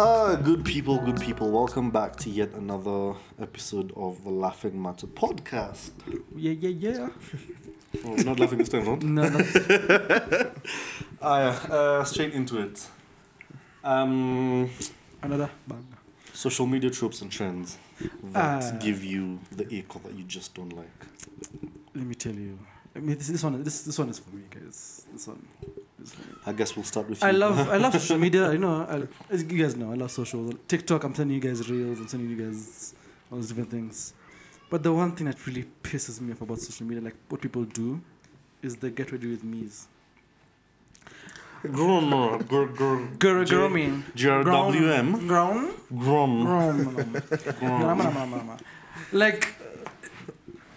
Ah, good people, good people. Welcome back to yet another episode of the Laughing Matter podcast. Yeah, yeah, yeah. Oh, not laughing this time, not. No, no. Ah, yeah. Uh, straight into it. Um, another bang. social media tropes and trends that Ah. give you the ick that you just don't like. Let me tell you. I mean, this, this one, this this one is for me, guys. This one is for me. I guess we'll start with. I you. love I love social media. You know, I, as you guys know, I love social TikTok. I'm sending you guys reels. I'm sending you guys all those different things. But the one thing that really pisses me off about social media, like what people do, is the get ready with me's. Grom, uh, gr- gr- Gr- J- grooming. GRWM. Grown. Grom. Grown. No, Grom. no, no, no, no. Like,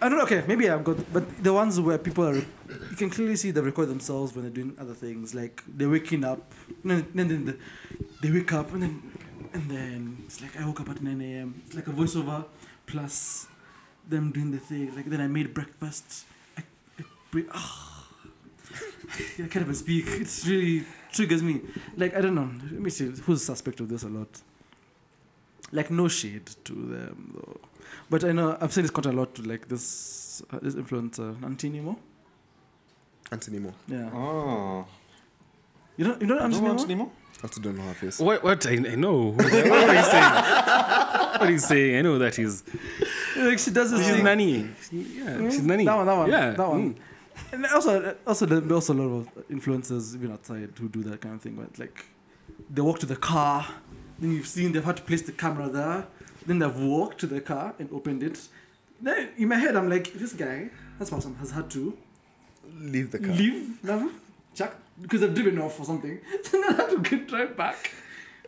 I don't know. Okay, maybe I've got, but the ones where people are, you can clearly see they record themselves when they're doing other things. Like they're waking up, and then, and then they, they wake up, and then and then it's like I woke up at nine a.m. It's like a voiceover plus them doing the thing. Like then I made breakfast. I, I, bre- ah. I can't even speak. It's really triggers me. Like I don't know. Let me see who's the suspect of this a lot like no shade to them though but i know i've seen this content a lot to like this uh, this influencer auntie nemo Anthony Moore. yeah Ah. you know you know auntie No, nemo Anthony Mo? I still don't know her face. What? What? I, I know. What are you saying? What are you saying? I know that he's. like she does this She's thing nanny. She- yeah, Mm, she's nanny. that one that one Yeah, that one mm. and also also there there are also a lot of influencers even outside who do that kind of thing where it's like they walk to the car then you've seen they've had to place the camera there then they've walked to the car and opened it then in my head i'm like this guy this person has had to Leave the car. leave Navu, Chuck, because I've driven off or something. So then I have to get drive back,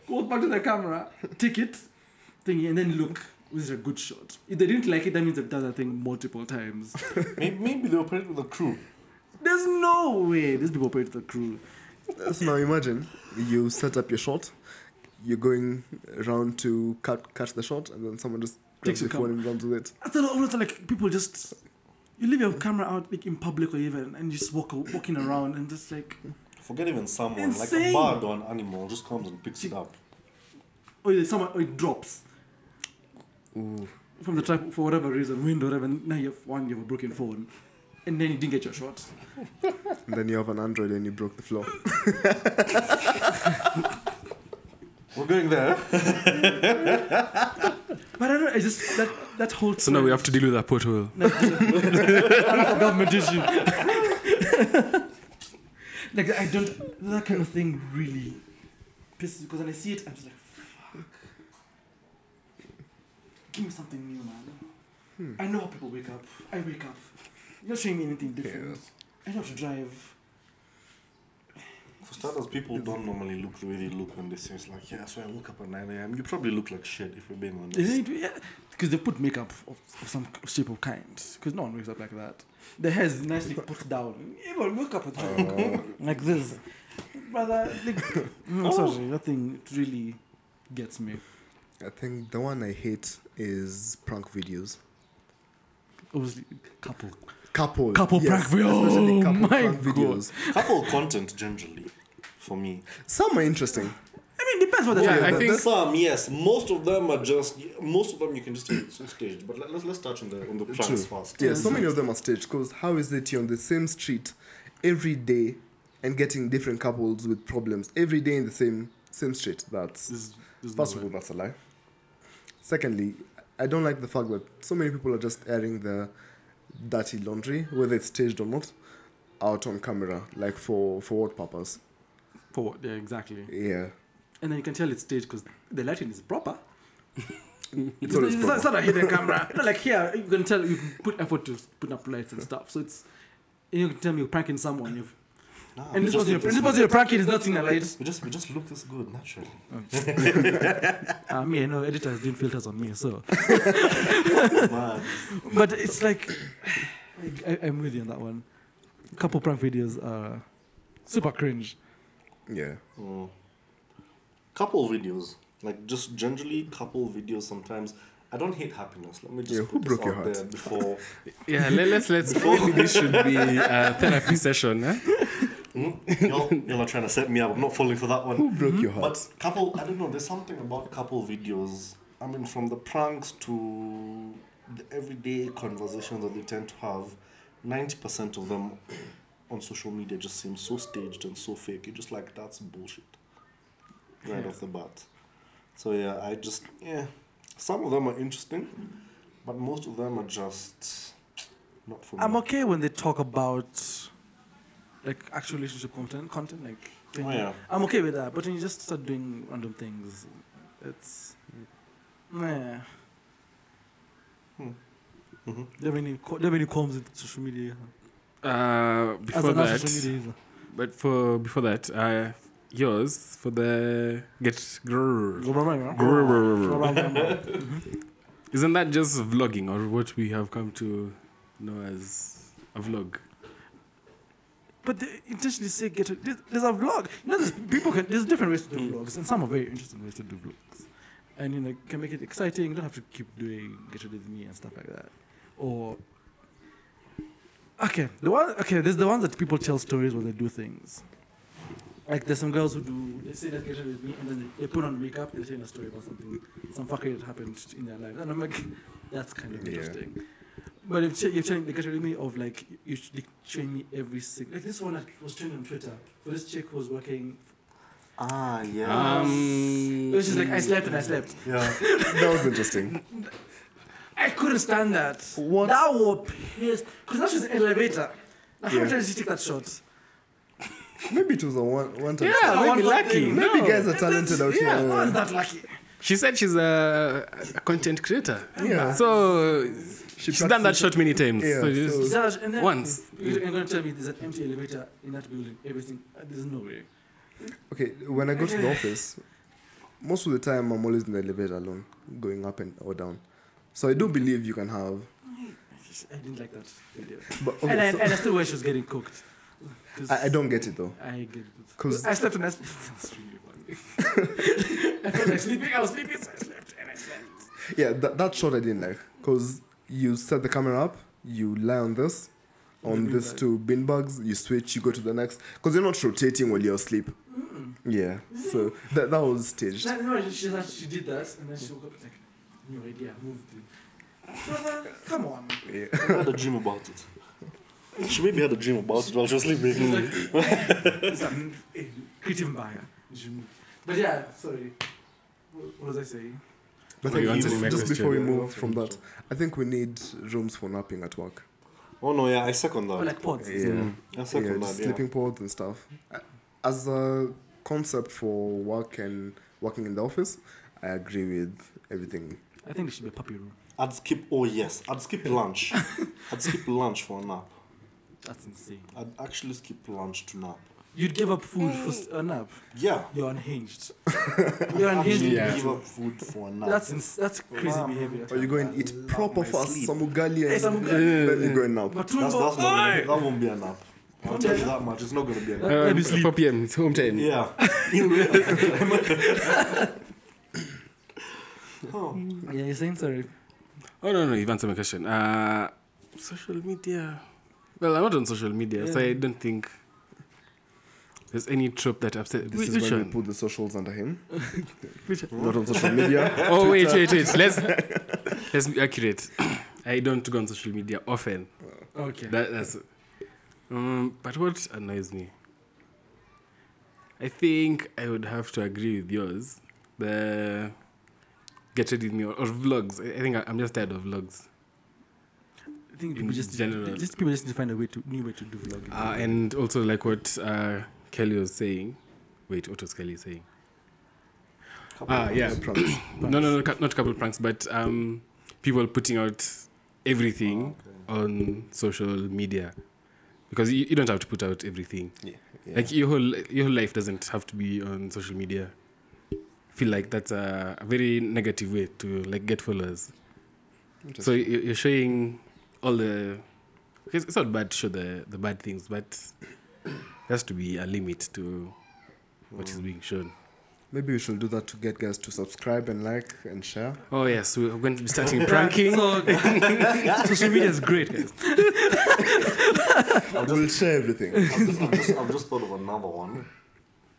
walk back to the camera, take it, thingy, and then look. This is a good shot. If they didn't like it, that means they've done that thing multiple times. Maybe, maybe they operate with a crew. There's no way these people operate the crew. So now imagine you set up your shot, you're going around to cut catch the shot, and then someone just grabs Takes your your phone and runs with it. I thought almost like people just you leave your camera out like in public or even and you just walk walking around and just like Forget even someone like a Insane. bird or an animal just comes and picks it up. or there's oh, someone or it drops. From the tripod for whatever reason, window, whatever. and Now you have one, you have a broken phone, and then you didn't get your shot. And then you have an Android and you broke the floor. We're going there. But I don't. know, I just that that whole. So now we have to deal with that pothole. government issue. like I don't. That kind of thing really pisses because when I see it, I'm just like, fuck. Give me something new, man. I know how people wake up. I wake up. You're not showing me anything different. I know how to drive. For starters, people don't normally look the way they look when they say it's like, yeah, so I woke up at 9 a.m. You probably look like shit if we're being honest. Because they put makeup of, of some shape of kind. Because no one wakes up like that. The hair is nicely put down. Even wake up with that. like this. Brother, like, I'm sorry, that thing really gets me. I think the one I hate is prank videos. Obviously, couple. Couple. Couple prank video- especially oh couple my prank God. videos. Couple content generally, for me. Some are interesting. I Oh, mean, depends what the Yeah, type I of- think- Some, yes. Most of them are just. Most of them you can just take so staged. But let, let's let's touch on the on the True. pranks fast. Yeah, so many of them are staged because how is it you're on the same street every day and getting different couples with problems every day in the same same street? That's There's- there's no First of way. all, that's a lie. Secondly, I don't like the fact that so many people are just airing their dirty laundry, whether it's staged or not, out on camera, like for for what purpose? For what? Yeah, exactly. Yeah, And then you can tell it's staged because the lighting is proper. it's It's, not, always it's, not, proper. it's not a hidden camera. Not like here, you can tell you put effort to put up lights and stuff. So it's. And you can tell me you're pranking someone. You've, Nah, and we this just was your, look this this was good. your pranking is not in the light. We just we just look this good naturally. Uh, me, I know editors doing filters on me, so. Man, But it's like, I, I'm with you on that one. Couple prank videos are super cringe. Yeah, Mm. Couple videos, like just generally couple videos. Sometimes I don't hate happiness. Let me just Yeah, put who this broke your out heart? there before Yeah, let, us let's. Maybe this should be a therapy session. Huh? Hmm? Y'all, y'all are trying to set me up. I'm not falling for that one. Who broke your heart? But couple, I don't know. There's something about couple videos. I mean, from the pranks to the everyday conversations that they tend to have, ninety percent of them on social media just seem so staged and so fake. You're just like, that's bullshit, right off the bat. So yeah, I just yeah, some of them are interesting, but most of them are just not for I'm me. okay when they talk about like actual relationship content, content like. Oh yeah. I'm okay with that, but when you just start doing random things, it's. Meh. Hmm. Mhm. Do you have any, qu- do you have any qualms with social media? Uh, As before an that, social media user. but for before that, uh, yours for the get grrr. Grrr. Isn't that just vlogging or what we have come to know as a vlog? But they intentionally say get a, there- there's a vlog. You know, there's people can there's different ways to do vlogs, and some are very interesting ways to do vlogs, and you know can make it exciting. You don't have to keep doing get ready with me and stuff like that, or okay, the one okay, there's the ones that people tell stories when they do things. Like there's some girls who do they say that get ready with me, and then they, they put on makeup and they tell a story about something, some fuckery that happened in their life, and I'm like, that's kind of Yeah. interesting. But if you're telling the category me of like you should like, train me every single like this one that was trending on Twitter for this chick who was working. Ah yeah. Um, It was just like I slept and I slept. yeah. that was interesting. I couldn't stand that. What? That was pissed because now she's in an elevator. Now, How Yeah. many times did she take that shot? Maybe it was a one one time. Yeah, shot. maybe one for lucky. thing. Maybe No. guys are talented out yeah, here. I was that lucky. She said she's a, a content creator. Yeah. So She she's done that practiced- shot many times. Yeah, so you so- just- Zaj, and then once. you're gonna tell me there's an empty elevator in that building. Everything. uh, There's no way. Okay, when I go to the office, most of the time I'm always in the elevator alone, going up and or down. So I do believe you can have. I just- I didn't like that video. But and, I, okay, so- and I still wish she was getting cooked. 'Cause- I, I don't get it though. I get it. 'Cause- I slept and I slept. That's really funny. I felt like sleeping, I was sleeping, so I slept and I slept. Yeah, that, that shot I didn't like because you set the camera up, you lie on this, on The this beanbag. two bin bags, you switch, you go to the next because you're not rotating while you're asleep. Hmm. Yeah, so that that was staged. She, no, she, she, said she did that and then she woke up like, new idea, moved it. Brother, Come on. Yeah. I had a dream about it. She maybe had a dream about it while she was She's sleeping. like, it's a eh, creative buyer. She moved. But yeah, sorry. What, what was I saying? But Were you I think answering my just, just question? before we move from that, I think we need rooms for napping at work. Oh no, yeah, I second Oh, that. like pods. Yeah. I second yeah, that. just yeah. sleeping pods and stuff. Uh, As a concept for work and working in the office, I agree with everything. I think it should be a puppy room. I'd skip. Oh yes, I'd skip lunch. I'd skip lunch for a nap. That's insane. I'd actually skip lunch to nap. You'd give up food for s- a nap. Yeah. You're unhinged. You're I'd unhinged. actually Yeah. give up food for a nap. That's ins- that's crazy Wow. behavior. Or you go and eat I love proper my fast sleep. some ugali Hey, and some ugali. then you go and nap. But that's, that's not gonna, Oi! that won't be a nap. I'll tell you that much. It's not gonna be a nap. Let Uh, me sleep. 4 p.m. It's home time. Yeah. In real oh. Yeah, you're saying sorry. Oh no no, you've answered my question. Uh, social media. Well, I'm not on social media, so Yeah. I don't think there's any trope that upset. This which is when we one? put the socials under him. Which one? Hmm? Not on social media. Oh wait wait wait. Let's let's be accurate. I don't go on social media often. Okay. That, that's. Um, but what annoys me? I think I would have to agree with yours. The get ready with me or, or vlogs. I I think I, I'm just tired of vlogs. I think in people just general. just people just need to find a way to new way to do vlogging. Uh, and also like what uh, Kelly was saying. Wait, what was Kelly saying? Ah, yeah. No problem. No, no, no, cou- not couple pranks, but um, people putting out Oh, everything on social media because you, you don't have to put out everything. Yeah. Like your whole your whole life doesn't have to be on social media. I feel like that's a, a very negative way to like get followers. So Interesting. you- you're showing all the. It's it's not bad to show the the bad Mm. things, but there has to be a limit to what is being shown. Maybe we should do that to get guys to subscribe and like and share. Oh yes, we're going to be starting pranking. So, social media is great, guys. We'll share everything. I've just, I've, just, I've just thought of another one,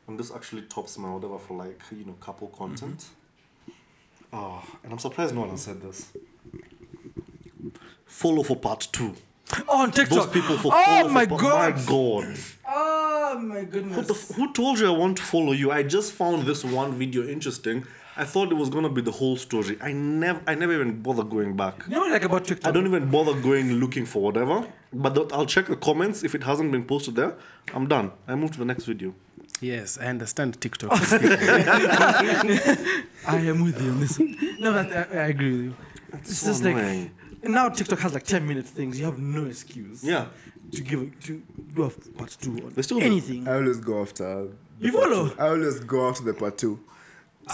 and this actually tops my whatever for like you know couple content. Oh, and I'm surprised no one has said this. Follow for part two. Oh, on Those TikTok. people for follow oh for my part- god. My God. Oh my goodness. What the f- who told you I want to follow you? I just found this one video interesting. I thought it was gonna be the whole story. I never, I never even bother going back. you know what I like about I TikTok? don't even bother going looking for whatever. But th- I'll check the comments if it hasn't been posted there. I'm done. I move to the next video. Yes, I understand TikTok. I am with you on this. No, but uh, I, I agree with you. It's so just annoying. like now TikTok has like ten minute things. You have no excuse. Yeah, To give to do a part two on They still do. Uh, anything. I always go after. the You part follow? Ah. two. I always go after the part two.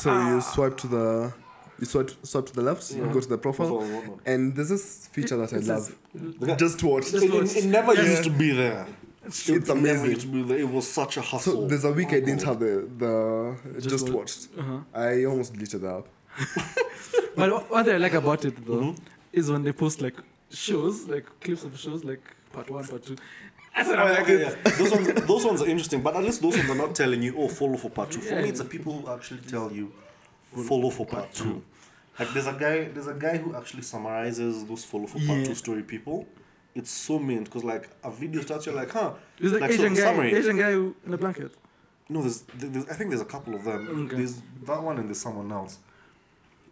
So you swipe to the, you swipe swipe to the left, go to the profile, Profile and whatnot. and there's this feature that I It says- love. Just watch. it, it- it never Yeah. used to be there. It's It never amazing. used to be there. It was such a hustle. So there's a week I didn't have the the Just just, watch. watched. Uh-huh. I almost deleted the app. But what- what I like about it though Mm-hmm. is when they post like shows, like clips of shows, like part one, part two. That's what I like. Okay, Oh, yeah. Those ones, those ones are interesting, but at least those ones are not telling you, oh, follow for part two. For me, it's the people who actually tell you, follow for part two. Like there's a guy, there's a guy who actually summarizes those follow for part Yeah. two story people. It's so mean because like a video starts, you're like, huh? It's like, Like, so Asian guy, summary. Asian guy who- in a blanket. No, there's, there's I think there's a couple of them. Okay. There's that one and there's someone else.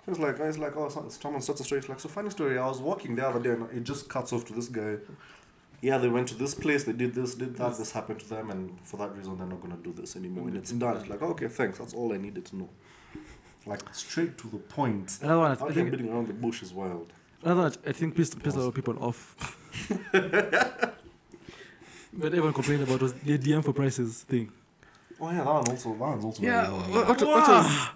It's like it's like oh so- someone starts a story. It's like so funny story. I was walking the other day and it just cuts off to this guy. Yeah, they went to this place. They did this, did that. This happened to them, and for that reason, they're not gonna do this anymore. And it's done. It's like okay, thanks. That's all I needed to know. Like straight to the point. Another one, I Out here think. beating around the bush is wild. Another one, I think pissed, pissed a lot of people off. but everyone complained about was the DM for prices thing. Oh yeah, that one also. That one's also. yeah, wild. what, what, what was?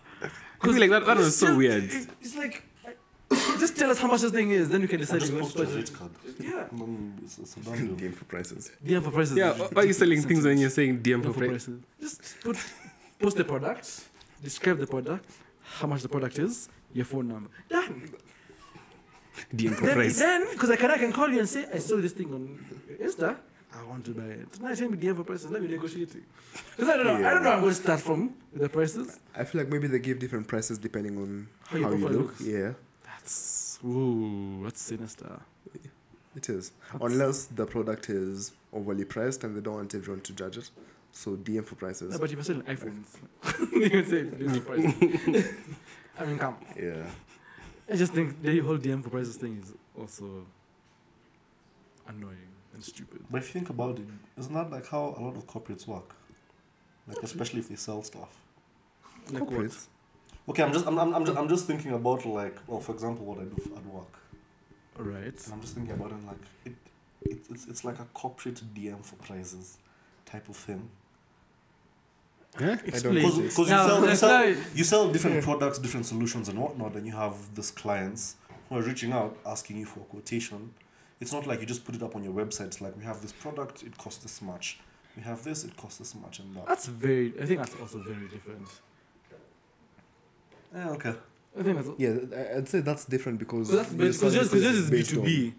I feel like that, that was so Still, weird. it- It's like, just tell us how much this thing is, then we can I decide. just if we want to posted a purchase rate card. it. Yeah. Mm, it's- it's a done deal. Game for prices. DM for prices. Yeah, is why are you selling ridiculous. things when you're saying DM DM for for price? prices. Just put, post the product, describe the product, how much the product is, your phone number. Done. DM for Then, price. then, because I can, I can call you and say, I saw this thing on Insta. I want to buy it. Now send me DM for prices. Let me negotiate it. Because I don't know. I don't know. where I'm going to start from with the prices. I feel like maybe they give different prices depending on How how, your you profile look. looks. Yeah, That's ooh, that's sinister. it is. Unless the product is overly priced and they don't want everyone to judge it. So DM for prices. No, but if you're selling iPhones, you can say DM for prices. I mean, come. yeah. I just think the whole DM for prices thing is also annoying and stupid. But if you think about it, isn't that like how a lot of corporates work? Like especially if they sell stuff. Like what? Corporates. Okay, I'm just I'm, I'm, I'm, just, I'm just thinking about like well, for example, what I do f- at work, All right. and I'm just thinking about it like it, it it's, it's like a corporate DM for prizes type of thing. Huh? Explain. Because you this. sell, you let's sell, not- you sell different products, different solutions, and whatnot, and you have these clients who are reaching out asking you for a quotation. It's not like you just put it up on your website. It's like we have this product, it costs this much. We have this, it costs this much, and that. That's very. I think that's also very different. Yeah, okay. I think that's. Yeah, I- I'd say that's different because So that's your because just service because this is B based two B. on-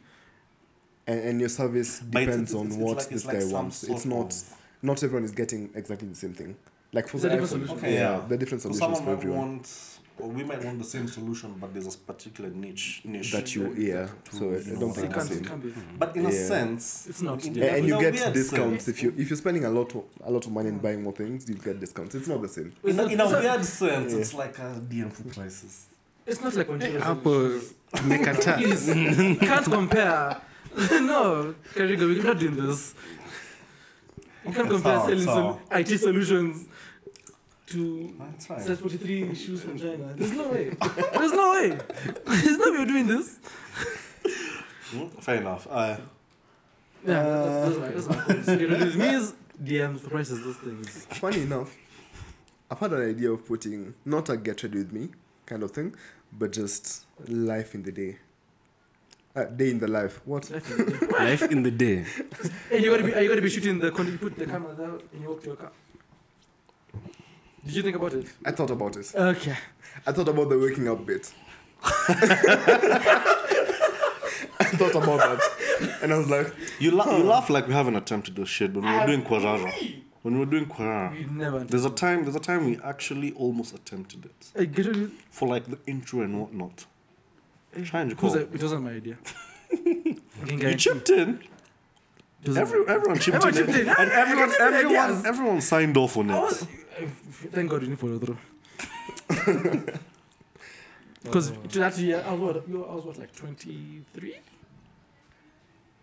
and, and your service But it's- depends it's- on it's- it's what like- it's this like guy some wants. It's sort not of- not everyone is getting exactly the same thing. Like for It's the a different iPhone, solution. Okay, yeah, yeah. the different So solutions someone for might everyone want, or we might want the same solution, but there's a particular niche. niche. that you yeah. to- So I you I know, don't think like- It it's can't, the it same. can't be. But in a Yeah. sense, It's not. in- yeah. in and you a get weird discounts sense- if you if you're spending a lot of a lot of money and buying more things, you get discounts. It's not the same. in, a, in a It's not- weird sense, Yeah. it's like a DM for prices. It's not like when you Apple mekataa. Please, you can't compare. no, Karigo, we're not doing this. You can't Okay, compare so- selling sol- so- IT solutions to That's right. size 43 shoes from China. There's no way. There's no way. There's no way you're doing this. Hmm, Fair enough. Uh, Yeah, that's, that's my, that's my point. You know, with me is DMs for prices, those things. Funny enough, I've had an idea of putting not a get ready with me kind of thing, but just life in the day. Uh, day in the life. What? Life in the day. Hey, you gotta be, you gotta be shooting the, con- you put the camera there and you walk to your car. Did you think about it? I thought about it. Okay. I thought about the waking up bit. I thought about that. And I was like, You, la- you laugh like we haven't attempted this shit, but when we were doing Quarara, when we were doing You Quarara, never. there's a time there's a time we actually almost attempted it I get it. for like the intro and whatnot. Eh, Try and recall. Because it wasn't my idea. I can You guarantee chipped in. it wasn't Every, everyone chipped Everyone in. chipped in. And everyone, Everyone chipped in. everyone, everyone signed off on I it. was, I- thank God you didn't follow through. Because to that year, I was what, you- I was what like 23?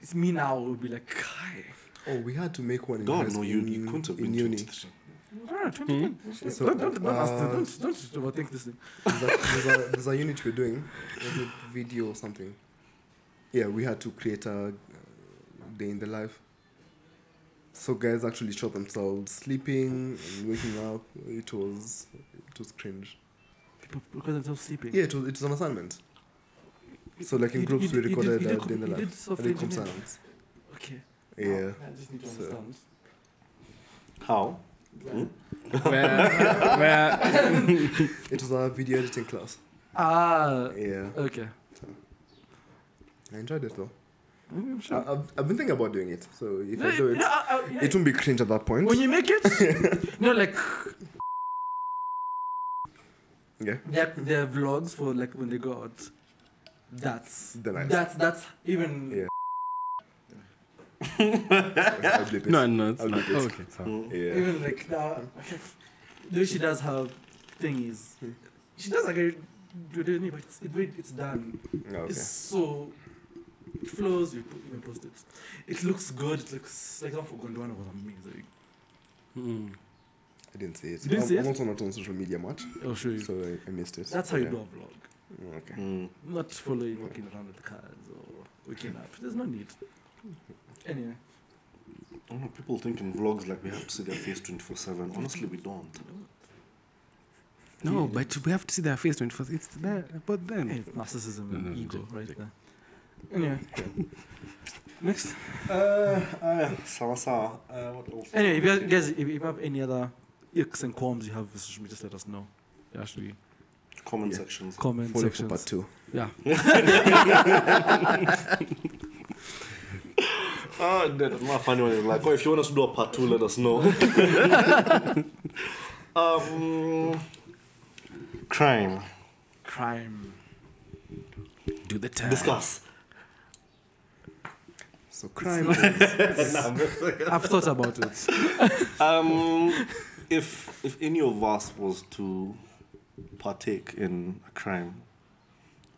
It's me now would be like, Kai. oh, we had to make one in high God, no, school you, you in- couldn't have in been uni. 23. Ah, 23. There's a- Don't, don't, don't, ask- uh, don't, don't overthink this thing. there's a- there's a- there's a unit we're doing. Was it video or something? Yeah, we had to create a uh, day in the life. So guys actually shot themselves sleeping and waking up. It was it was cringe. People look at themselves sleeping. Yeah, it was it was an assignment. So like in You- groups you- we you did- recorded you did uh, day in com- you the life. did software Recom engineering. silence. Okay. Yeah. Now, I just need to So- understand. How? where, where, It was a video editing class. Ah, Yeah. okay. I enjoyed it though. I'm I, sure. I've, I've been thinking about doing it. So Uh, if No, I do it, no, I- I- it won't be cringe at that point. uh, when you make it, no, like Yeah. their their vlogs for like when they go out. That's The life. that's that's even Yeah. I'll bleep it. no, no, it's I'll not. leave it. okay, so. Yeah. even like the the way she does her thing is Hmm. she does like a Disney, but it's, it, it's done. No, okay. It's so it flows. You, put- you post it. It looks good. It looks like I'm for Gondwana was amazing. Mm. I didn't see it. You didn't I'm, see I'm it? also not on social media much, I'll show you. so I, I missed it. That's how you Yeah. do a vlog. Mm, Okay. Mm. Not following walking around with cards or waking up. There's no need. Anyway. I don't know, people think in vlogs like we have to see their face 24 7. Honestly, we don't. No, but we have to see their face when first. It's there, but Hey, then. it's narcissism No, and no, Mm-hmm. no, ego take- right take. there. Anyway. Next. Uh, uh, sawa sawa. Uh, what else? Anyway, if you guys, guys if, if you have any other icks and qualms you have with social media, just let us know. Actually, Comment Yeah. sections. comment Follow for sections. part two. Yeah. Ah, that my funny one is like, oh, if you want us to do a part two, let us know. um, crime. Crime. Do the time. Discuss. So crime. I've thought about it. Um, if if any of us was to partake in a crime,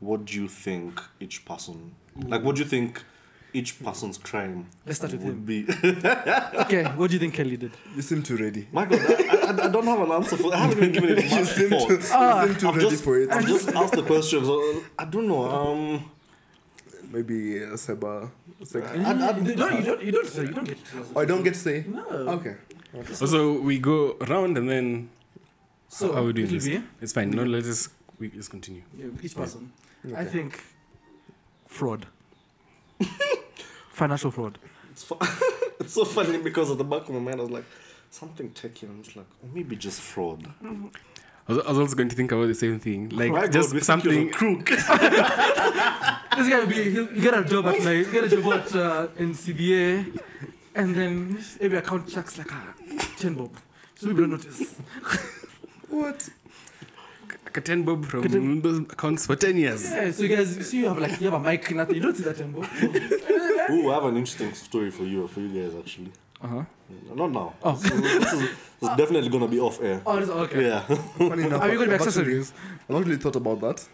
what do you think each person like? What do you think each person's crime Let's start with would him. be? Okay, what do you think Kelly did? you seem too ready. My God, I, I, I don't have an answer for. I haven't even given it You much seem too, thought. you seem too I've ready just, for it. I've just asked the question. So I don't know. Um, Maybe uh, Seba. Seba. I- I- you don't, Ah, you don't, you don't, you don't get. Oh, I don't get to say. No. Okay. Also, we go round and then So how are we doing it'll this? be- It's fine. No, let's just we just continue. Yeah, each person. okay. I think fraud. Financial fraud. it's, fu- it's so funny because at the back of my mind, I was like, something techie. I'm just like, oh, maybe just fraud. I was, I was also going to think about the same thing, like My God, just we think you're a something. crook. This guy will be he'll, you get a job at like you get a job at uh, in CBA and then every account checks like a ten bob. So we don't notice. What? Like a ten bob from Keten- those accounts for ten years. Yeah, so you guys you see you have like you have a mic, nothing you don't see that ten bob. Ooh, I have an interesting story for you, for you guys actually. Uh-huh. Not now. Oh. This is, this is- this is definitely gonna be off air. Oh this, okay. Yeah. Funny enough, Are you gonna be I've actually- accessories? I've actually thought about that.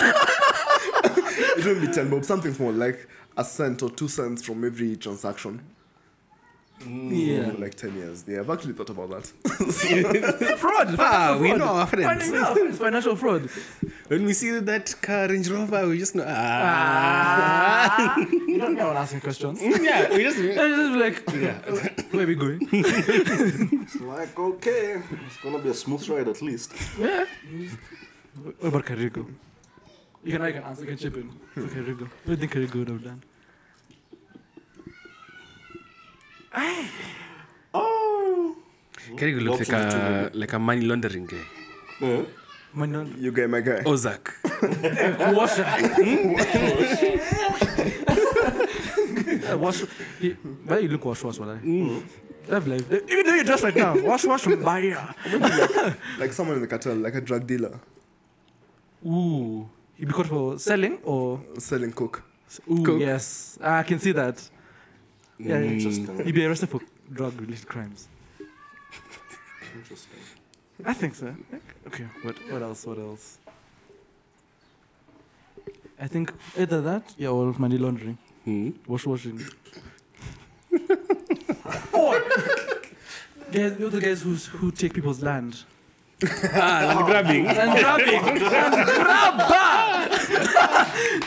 but it wouldn't be 10 bob, something small, like a cent or two cents from every transaction. Yeah. For like 10 years. Yeah, I've actually thought about that. fraud. Ah, financial we fraud. know our Finding friends. out it's financial fraud. When we see that car Range Rover, we just know. Ah. Ah. you don't know asking questions. yeah, we just. And just be like, where are we going? like okay, it's gonna be a smooth ride at least. Yeah. What about Carrigo? You can, I can answer, you can chip in. For Carrigo. What do you think Carrigo would have done? Oh, Kerry looks like Options are a like a money laundering guy. Yeah. Man, don't- You guy, my Oh. guy. Ozak. washer. Yeah, wash. you- Why you look wash wash wala? Mm. I've like even though you're dressed right now, wash wash buyer. Like someone in the cartel, like a drug dealer Ooh, you be caught for selling or selling coke. ooh Coke. yes, I can see that. Yeah, Interesting. You be arrested for drug related crimes. Interesting. I think so. Okay, what what else? What else? I think either that, yeah, or money laundering, Hmm? wash washing. or guys, you're the guys who who take people's land Ah, land grabbing. and grabbing and grabber.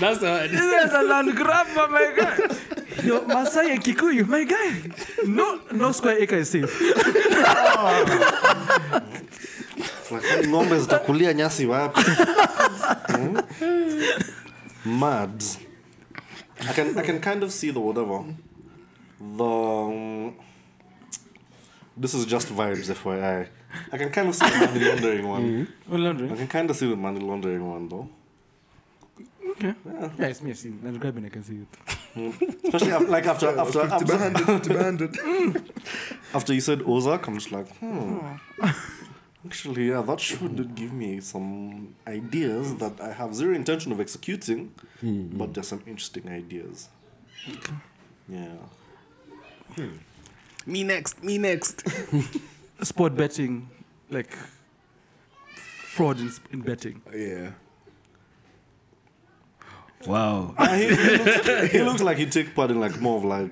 That's a, This is a land grabber, my guy. Yo, Masai and Kikuyu, my guy. No, no square acre is safe. Lakini ng'ombe zitakulia nyasi wapi Hmm? mad I can, I can kind of see the whatever the um, this is just vibes fyi i can kind of see the money laundering one Money i laundering. can kind of see the money laundering one though Okay. Yeah, it's me. I've seen land grabbing. I can see it. especially after, like after after to be after, handed, to be handed. after you said ozark i'm just like hmm actually yeah that show did give me some ideas that i have zero intention of executing but there's some interesting ideas. Yeah. me next, me next. sport betting, like fraud in, in betting. Yeah. Wow. he, he looks, he looks like he take part in like more of like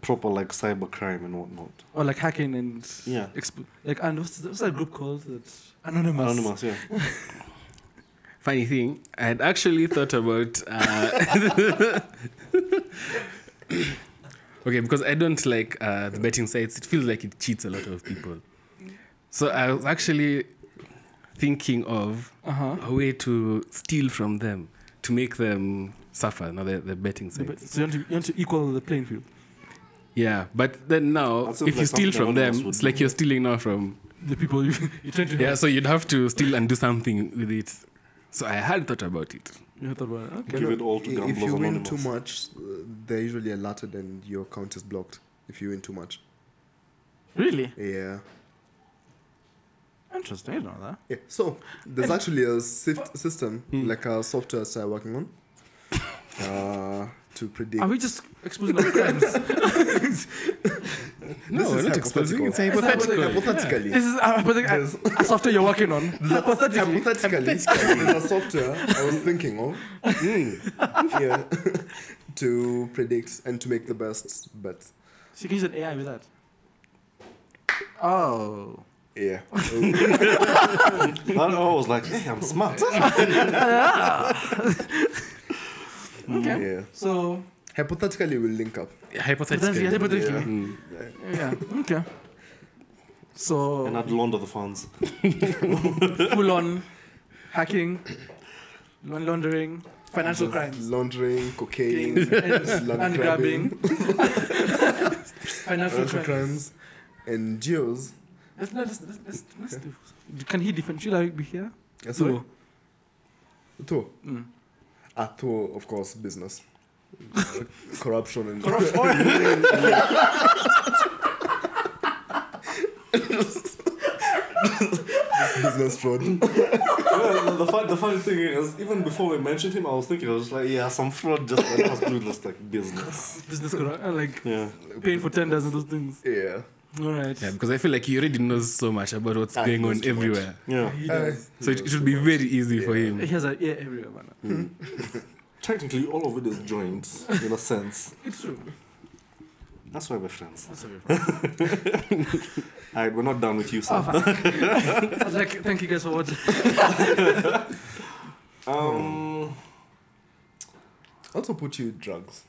proper like cyber crime and whatnot. Or like hacking and Yeah. exp- like and what's, what's that group called? That anonymous. Anonymous, yeah. Funny thing, I had actually thought about. Uh, okay, because I don't like uh, the betting sites, it feels like it cheats a lot of people. So I was actually thinking of Uh huh. a way to steal from them to make them suffer, not the, the betting So, sites. you, want to, you want to equal the playing field, Yeah, but then That now, if sounds you like something steal from everyone else them, would it's like do. you're stealing now from. the people you you trying to Yeah, help. so you'd have to steal and do something with it. So I had thought about it. You thought about it. Okay. Give it all to I- Gamblers If you win Anonymous. too much, uh, they're usually alerted and your account is blocked. If you win too much. Really Yeah. interesting. I don't know that. Yeah. So there's actually a sift system, like a software I started working on, uh, to predict. Are we just exposing our crimes? No, we're not exposing. It's hypothetical. hypothetical. Hypothetically, this is a, There's- hypothetical, a software you're working on. Hypothetically. hypothetically, there's a software I was thinking of. Hmm. Yeah. to predict and to make the best bets. So you can use an AI with that. Oh. Yeah. Hmm, And I was like, hey, I'm smart. Okay. yeah. So Hypothetically, we'll link up. Hypothetically. Yeah, hypothetically. Mm. yeah. Okay. So and I'd launder the funds. full on hacking, money laundering, financial crimes, Laundering, cocaine, gangs, and, land and grabbing, financial financial crimes. crimes, and geos. Let's, let's, let's, let's, let's do. Can he differentiate? Like, be here? Yeah, sorry. No. Two. Mm. Ah, two, of course, business. Corruption and business fraud. Well, the, fun, the funny thing is, even before we mentioned him, I was thinking, I was like, yeah, some fraud just let us do this like business. Business corrupt, uh, like Yeah. paying for tenders and those things. Yeah. All right. Yeah, because I feel like he already knows so much about what's Ah, he going knows on too much. everywhere. Yeah. He, Uh, does. So it, it should be very easy for Yeah. he him. has an ear everywhere, man. Technically, all of it is joints, in a sense. It's true. That's why we're friends. That's very funny. Alright, we're not done with you, sir. Oh, fuck. like, thank you guys for watching. Um, Also put you drugs.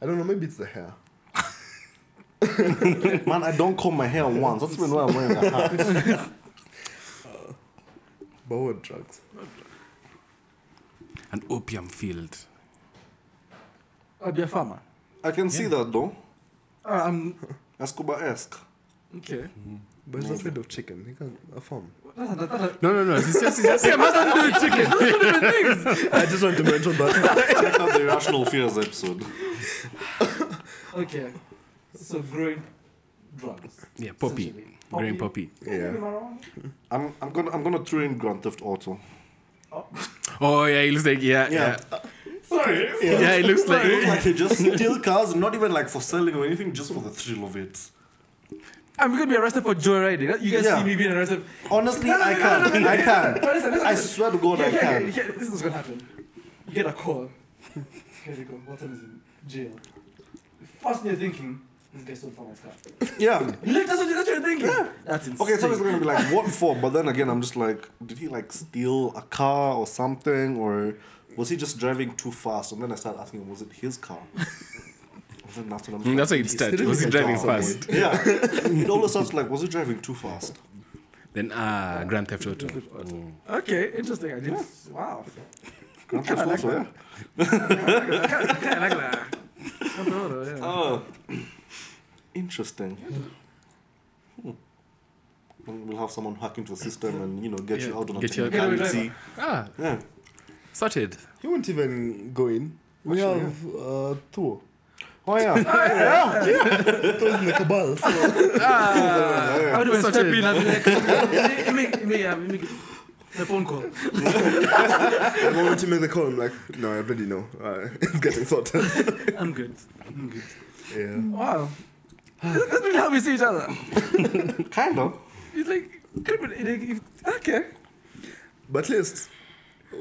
I don't know, maybe it's the hair. man, I don't comb my hair once. That's been why I'm wearing a hat. But what drugs? An opium field. I'll be a farmer. I can see that though. Uh, I'm Escobar esque. okay. But it's afraid of chicken. He can't a farm. No, no, no. He's just, he's just a mother to do chicken. I just want to mention that. Check out the Irrational Fears episode. Okay. So growing drugs. Yeah, poppy. essentially. Green poppy. yeah. marijuana? I'm I'm gonna I'm gonna throw in Grand Theft Auto. Oh, yeah, he looks like, yeah, yeah. Yeah. Sorry. Yeah, it looks like. Look like they just steal cars, not even like for selling or anything, just for the thrill of it. I'm gonna be arrested for joyriding. You guys Yeah. see me being arrested. Honestly, I can. I can. But listen, listen, I listen. swear to God, I Yeah, yeah, yeah, can. yeah, this is gonna happen. You get a call. Here you go. Watson is in jail. First thing you're thinking, this guy stole someone's car. Yeah. Look, that's what that's what you're thinking. That's insane. Okay, so it's gonna be like what for? But then again, I'm just like, did he like steal a car or something, or was he just driving too fast? And then I started asking, was it his car? And then that's what I'm. Mm, That's how it starts. Was he driving fast? Yeah, it always sounds like, was he driving too fast? Then, ah, Grand Theft Auto. Mm. okay, interesting. I didn't. Wow. Grand Theft Auto, yeah. Okay, I like that. Oh. Interesting. Hmm. Then We'll have someone hack into the system and you know get Yeah, you out on a get you out. technicality. Ah, Yeah. sorted. He won't even go in. We Actually, have uh, two. Oh yeah. Two in the cabal. So. How do I Such step a- in and be like, make, make, yeah, make the phone call. the moment you make the call, I'm like, no, I already know. Uh, it's getting sorted. I'm good. I'm good. yeah. Wow. That's really how we see each other. kind of. It's like, criminal- like, if, okay. But at least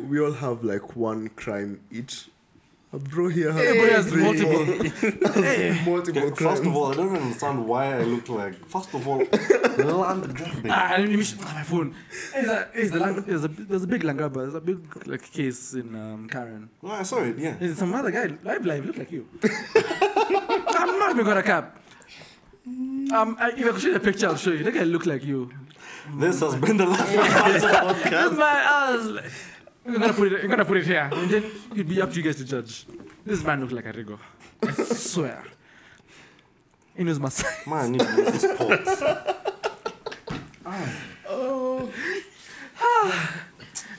we all have like one crime each. A bro here has, Everybody has three, multiple. multiple Okay, crimes. first of all, I don't even understand why I look like. First of all, land grabbing. Ah, I didn't even my phone. It's a, it's the lang- there's a there's a big langaba. There's a big like case in um, Karen. No, I saw it. Yeah. There's some other guy live live look like you. I'm not even gonna cap. Um, I, if I could show you the picture, I'll show you. That guy look like you. This has been the last podcast. That's my ass. ah, Like, I'm gonna put it. I'm gonna put it here, and then it'd be up to you guys to judge. This man looked like a Rigo. I swear. He knows my size. Man, I need to use this pot. Ah.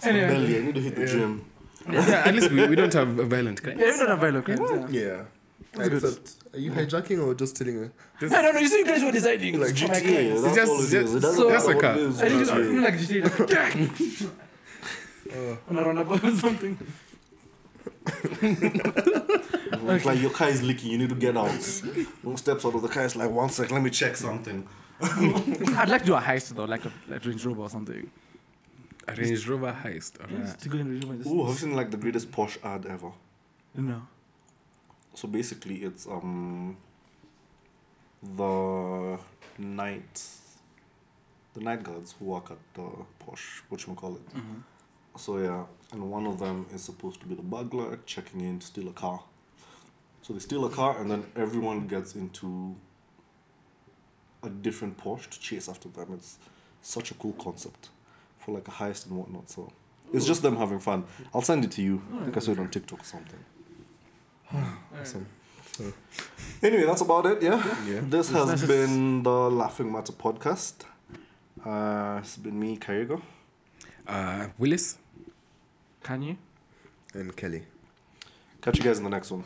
Anyway, Belly, I need to hit the gym. Yeah, at least we, we don't have a violent crime. yeah, we don't have violent crimes. Yeah. yeah. That's good. Except, are you hijacking or just stealing a. No, no, no. You see, you guys were deciding. It's Oh my GTA. God. That's just- all it just- is. It doesn't so- matter That's a what car. it is, I think it's it's not GTA. like GTA. Like, on a roundabout or something. It's like your car is leaking. You need to get out. One steps out of the car. It's like one sec. Let me check something. I'd like to do a heist though, like a like Range Rover or something. A Range Rover heist. Or a, Just to go in Range Rover. and Just, Ooh, have you seen like the greatest Porsche ad ever? No. So basically, it's um the night the night guards who work at the Porsche, what you call it. So yeah, and one of them is supposed to be the burglar checking in to steal a car. So they steal a car, and then everyone gets into a different Porsche to chase after them. It's such a cool concept for like a heist and whatnot. So it's just them having fun. I'll send it to you. I think I saw it on TikTok or something. Awesome. Anyway, that's about it. Yeah. Yeah. This has been the Laughing Matter podcast. Uh, it's been me, Kayego. uh, Willis? Can you? And Kelly. Catch you guys in the next one.